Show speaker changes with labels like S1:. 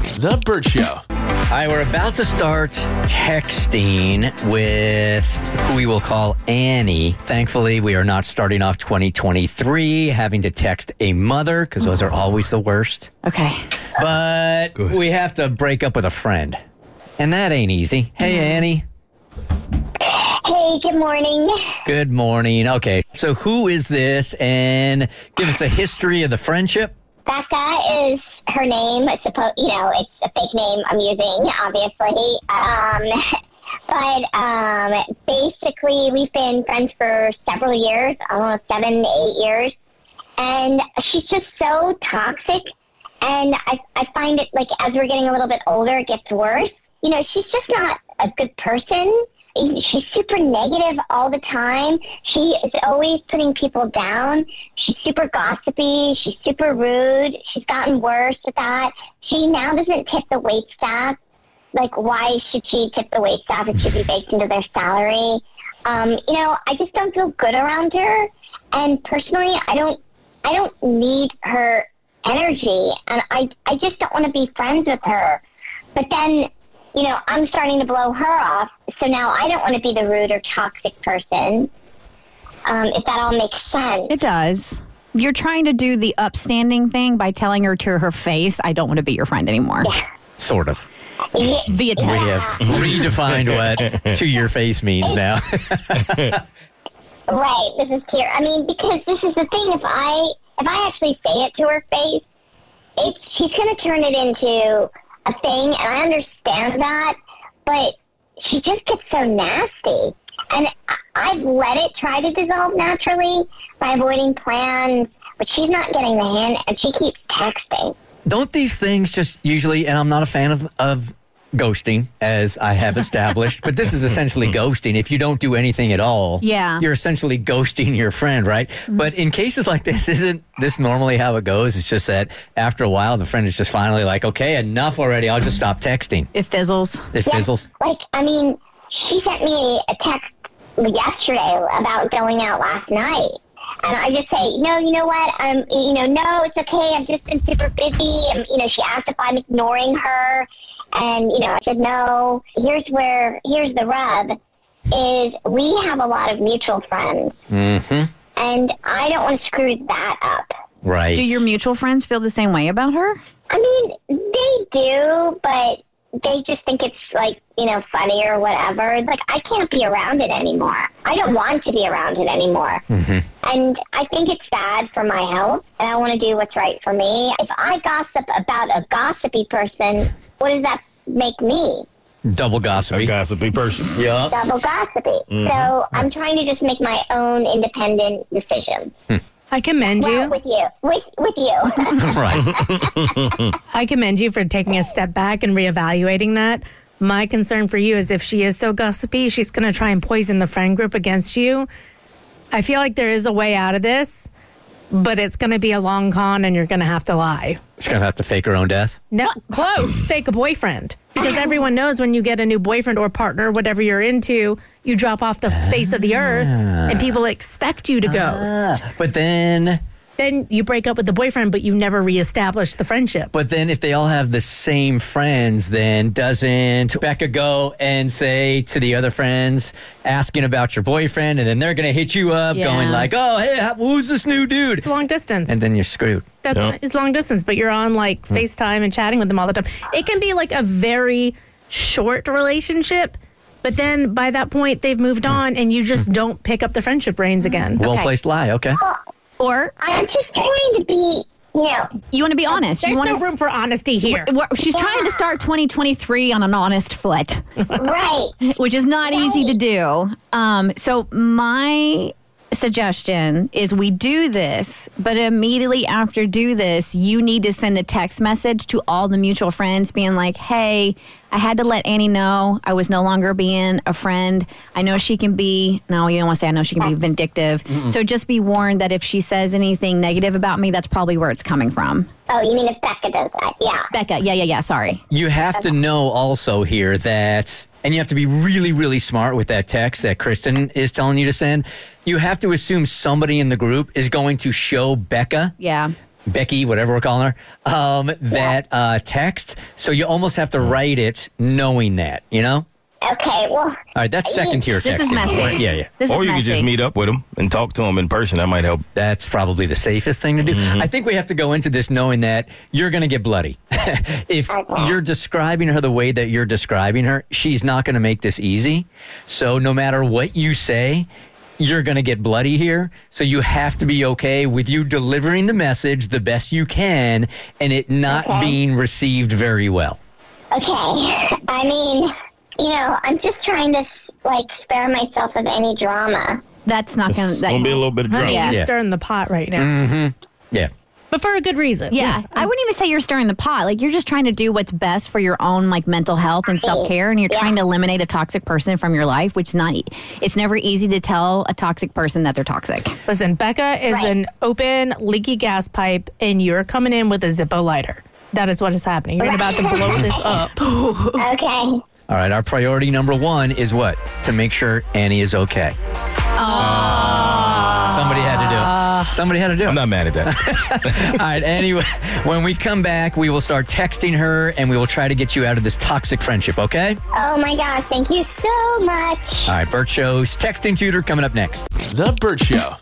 S1: The Burt Show.
S2: All right, we're about to start texting with who we will call Annie. Thankfully, we are not starting off 2023 having to text a mother because those are always the worst.
S3: Okay.
S2: But
S1: Good.
S2: we have to break up with a friend, and that ain't easy. Hey, Annie.
S4: Hey, good morning.
S2: Good morning. Okay, so who is this? And give us a history of the friendship.
S4: Becca is her name. It's supposed, you know, it's a fake name I'm using, obviously. Um, but um, basically, we've been friends for several years, almost seven, eight years, and she's just so toxic. And I, I find it like as we're getting a little bit older, it gets worse. You know, she's just not a good person. She's super negative all the time. She is always putting people down. She's super gossipy. She's super rude. She's gotten worse at that. She now doesn't tip the wait staff. Like, why should she tip the wait staff? It should be baked into their salary. Um, you know, I just don't feel good around her. And personally, I don't, I don't need her energy. And I, I just don't want to be friends with her. But then, you know, I'm starting to blow her off. So now I don't want to be the rude or toxic person. Um, if that all makes sense.
S3: It does. You're trying to do the upstanding thing by telling her to her face, I don't want to be your friend anymore.
S2: Sort of.
S4: Yeah,
S3: Via
S5: Oh,
S2: We
S3: text.
S2: have redefined what to your face means now.
S4: Right. This is clear. I mean, because this is the thing. If I if I actually say it to her face, it's she's gonna turn it into a thing, and I understand that. But she just gets so nasty, and I, I've let it try to dissolve naturally by avoiding plans. But she's not getting the hint, and she keeps texting.
S2: don't these things just usually and i'm not a fan of, of ghosting as i have established but this is essentially ghosting if you don't do anything at all
S3: Yeah. Mm-hmm.
S2: you're essentially ghosting your friend right but in cases like this isn't this normally how it goes it's just that after a while the friend is just finally like okay enough already i'll just stop texting
S3: It fizzles.
S2: it fizzles
S4: Like, I mean, she sent me a text yesterday about going out last night. And I just say, no, you know what? I'm, you know, no, it's okay. I've just been super busy. And, you know, she asked if I'm ignoring her. And, you know, I said, no. Here's where, here's the rub is we have a lot of mutual friends.
S2: mm-hmm
S4: And I don't want to screw that up.
S2: right
S3: Do your mutual friends feel the same way about her?
S4: I mean, they do, but they just think it's like, you know, funny or whatever. Like, I can't be around it anymore. I don't want to be around it anymore. And I think it's bad for my health, and I want to do what's right for me. If I gossip about a gossipy person, what does that make me?
S2: double gossipy
S6: Gossipy person. Yeah.
S4: Double gossipy. So I'm trying to just make my own independent decisions.
S5: I commend
S4: Well,
S5: you.
S4: with you. With, with you.
S2: right
S5: I commend you for taking a step back and reevaluating that. My concern for you is if she is so gossipy, she's going to try and poison the friend group against you. I feel like there is a way out of this, but it's going to be a long con and you're going to have to lie.
S2: she's gonna have to fake her own death
S5: No, close. Fake a boyfriend. Because everyone knows when you get a new boyfriend or partner, whatever you're into, you drop off the face of the earth and people expect you to ghost.
S2: but then
S5: Then you break up with the boyfriend, but you never reestablish the friendship.
S2: But then if they all have the same friends, then doesn't Becca go and say to the other friends asking about your boyfriend and then they're going to hit you up
S3: Yeah.
S2: going like, "Oh, hey, how- who's this new dude?"
S5: It's long distance.
S2: And then you're screwed.
S5: That's
S6: Yeah.
S5: it's long distance, but you're on like FaceTime and chatting with them all the time. It can be like a very short relationship, but then by that point they've moved on and you just don't pick up the friendship reins again.
S2: Well-placed lie, okay?
S3: Or
S4: I'm just trying to be, you know,
S3: you want to be honest?
S5: There's
S3: you want
S5: no
S3: to,
S5: room for honesty here.
S3: She's trying to start 2023 on an honest foot.
S4: right.
S3: which is not easy to do. Um, so my suggestion is we do this, but immediately after do this, you need to send a text message to all the mutual friends being like, "Hey, I had to let Annie know I was no longer being a friend. I know she can be no, you don't want to say I know she can be vindictive. So just be warned that if she says anything negative about me, that's probably where it's coming from."
S4: Oh, you mean if Becca does that? Yeah.
S3: Becca, yeah, yeah, yeah, sorry.
S2: You have to know also here that, and you have to be really, really smart with that text that Kristen is telling you to send. You have to assume somebody in the group is going to show Becca
S3: Yeah.
S2: Becky, whatever we're calling her, um, that uh, text. So you almost have to
S3: Mm.
S2: write it knowing that, you know?
S4: Okay, well,
S2: All right, that's second tier
S3: This
S2: texting.
S3: is messy.
S2: Yeah, yeah.
S3: This
S1: or
S3: is
S1: you
S3: messy.
S1: could just meet up with him and talk to him in person. That might help.
S2: That's probably the safest thing to do.
S1: Mm-hmm.
S2: I think we have to go into this knowing that you're going to get bloody. if
S4: Okay.
S2: you're describing her the way that you're describing her, she's not going to make this easy. So no matter what you say, you're going to get bloody here. So you have to be okay with you delivering the message the best you can and it not
S4: Okay.
S2: being received very well.
S4: okay. I mean, you know, I'm just trying to like spare myself of any drama.
S3: That's not going
S1: It's gonna be a little bit of drama.
S5: Honey, you're
S2: Yeah.
S5: stirring the pot right now,
S2: Yeah.
S5: but for a good reason.
S3: Yeah, I wouldn't even say you're stirring the pot. Like you're just trying to do what's best for your own like mental health and self care, and you're trying to eliminate a toxic person from your life, which is not. e- It's never easy to tell a toxic person that they're toxic.
S5: Listen, Becca is an open leaky gas pipe, and you're coming in with a Zippo lighter. That is what is happening. You're about to blow this up.
S4: Okay.
S2: All right, our priority number 1 is what? To make sure Annie is okay. Somebody had to do it. Somebody had to do it.
S1: I'm not mad at that.
S2: All right. Anyway, when we come back, we will start texting her and we will try to get you out of this toxic friendship, okay?
S4: Oh my gosh, thank you so much.
S2: All right. Bert Show's texting tutor coming up next.
S6: The Burt Show.